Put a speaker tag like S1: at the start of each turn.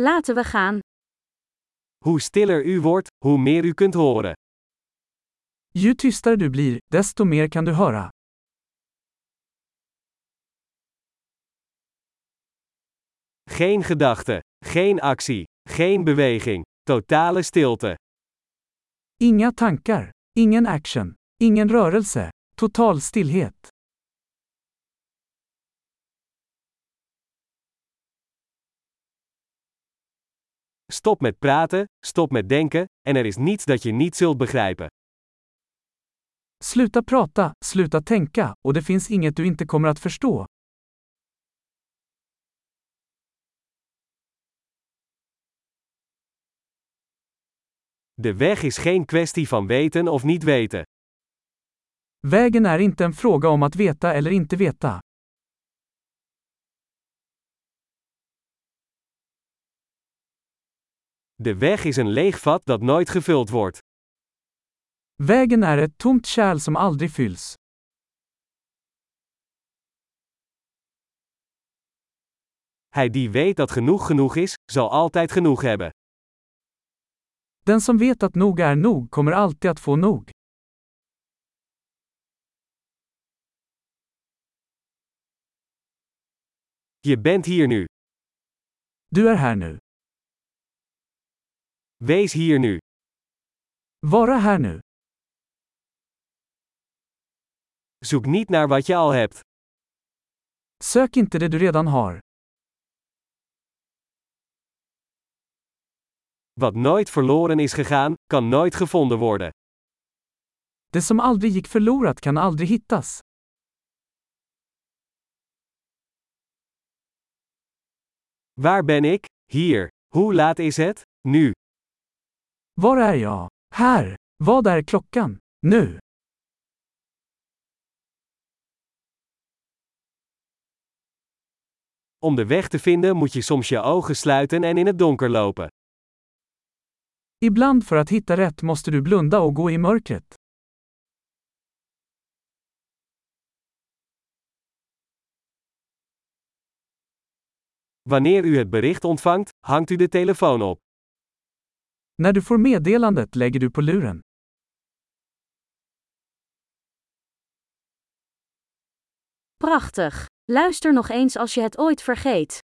S1: Laten we gaan.
S2: Hoe stiller u wordt, hoe meer u kunt horen.
S3: Ju tystare du blir, desto mer kan du höra.
S2: Geen gedachte, geen actie, geen beweging, totale stilte.
S3: Inga tankar, ingen action, ingen rörelse, total stillhet.
S2: Stop met praten, stop met denken, en er is niets dat je niet zult begrijpen.
S3: Sluta prata, sluta tänka, och det finns inget du inte kommer att förstå.
S2: De weg is geen kwestie van weten of niet weten.
S3: Vägen är inte en fråga om att veta eller inte veta.
S2: De weg is een leeg vat dat nooit gevuld wordt.
S3: Vägen är ett tomt kärl som aldrig fylls.
S2: Hij die weet dat genoeg genoeg is, zal altijd genoeg hebben.
S3: Den som vet att nog är nog kommer alltid att få nog.
S2: Je bent hier nu.
S3: Du är här nu.
S2: Wees hier nu.
S3: Vara här nu.
S2: Zoek niet naar wat je al hebt.
S3: Sök inte det du redan har.
S2: Wat nooit verloren is gegaan, kan nooit gevonden worden.
S3: Det som aldrig gick förlorat kan aldrig hittas.
S2: Waar ben ik? Hier. Hoe laat is het? Nu.
S3: Var är jag? Här. Vad är klockan? Nu.
S2: Om de weg te vinden moet je soms je ogen sluiten en in het donker lopen.
S3: Ibland för att hitta rätt måste du blunda och gå i mörkret.
S2: Wanneer u het bericht ontvangt, hangt u de telefoon op.
S3: När du får meddelandet lägger du på luren.
S1: Prachtig. Luister nog eens als je het ooit vergeet.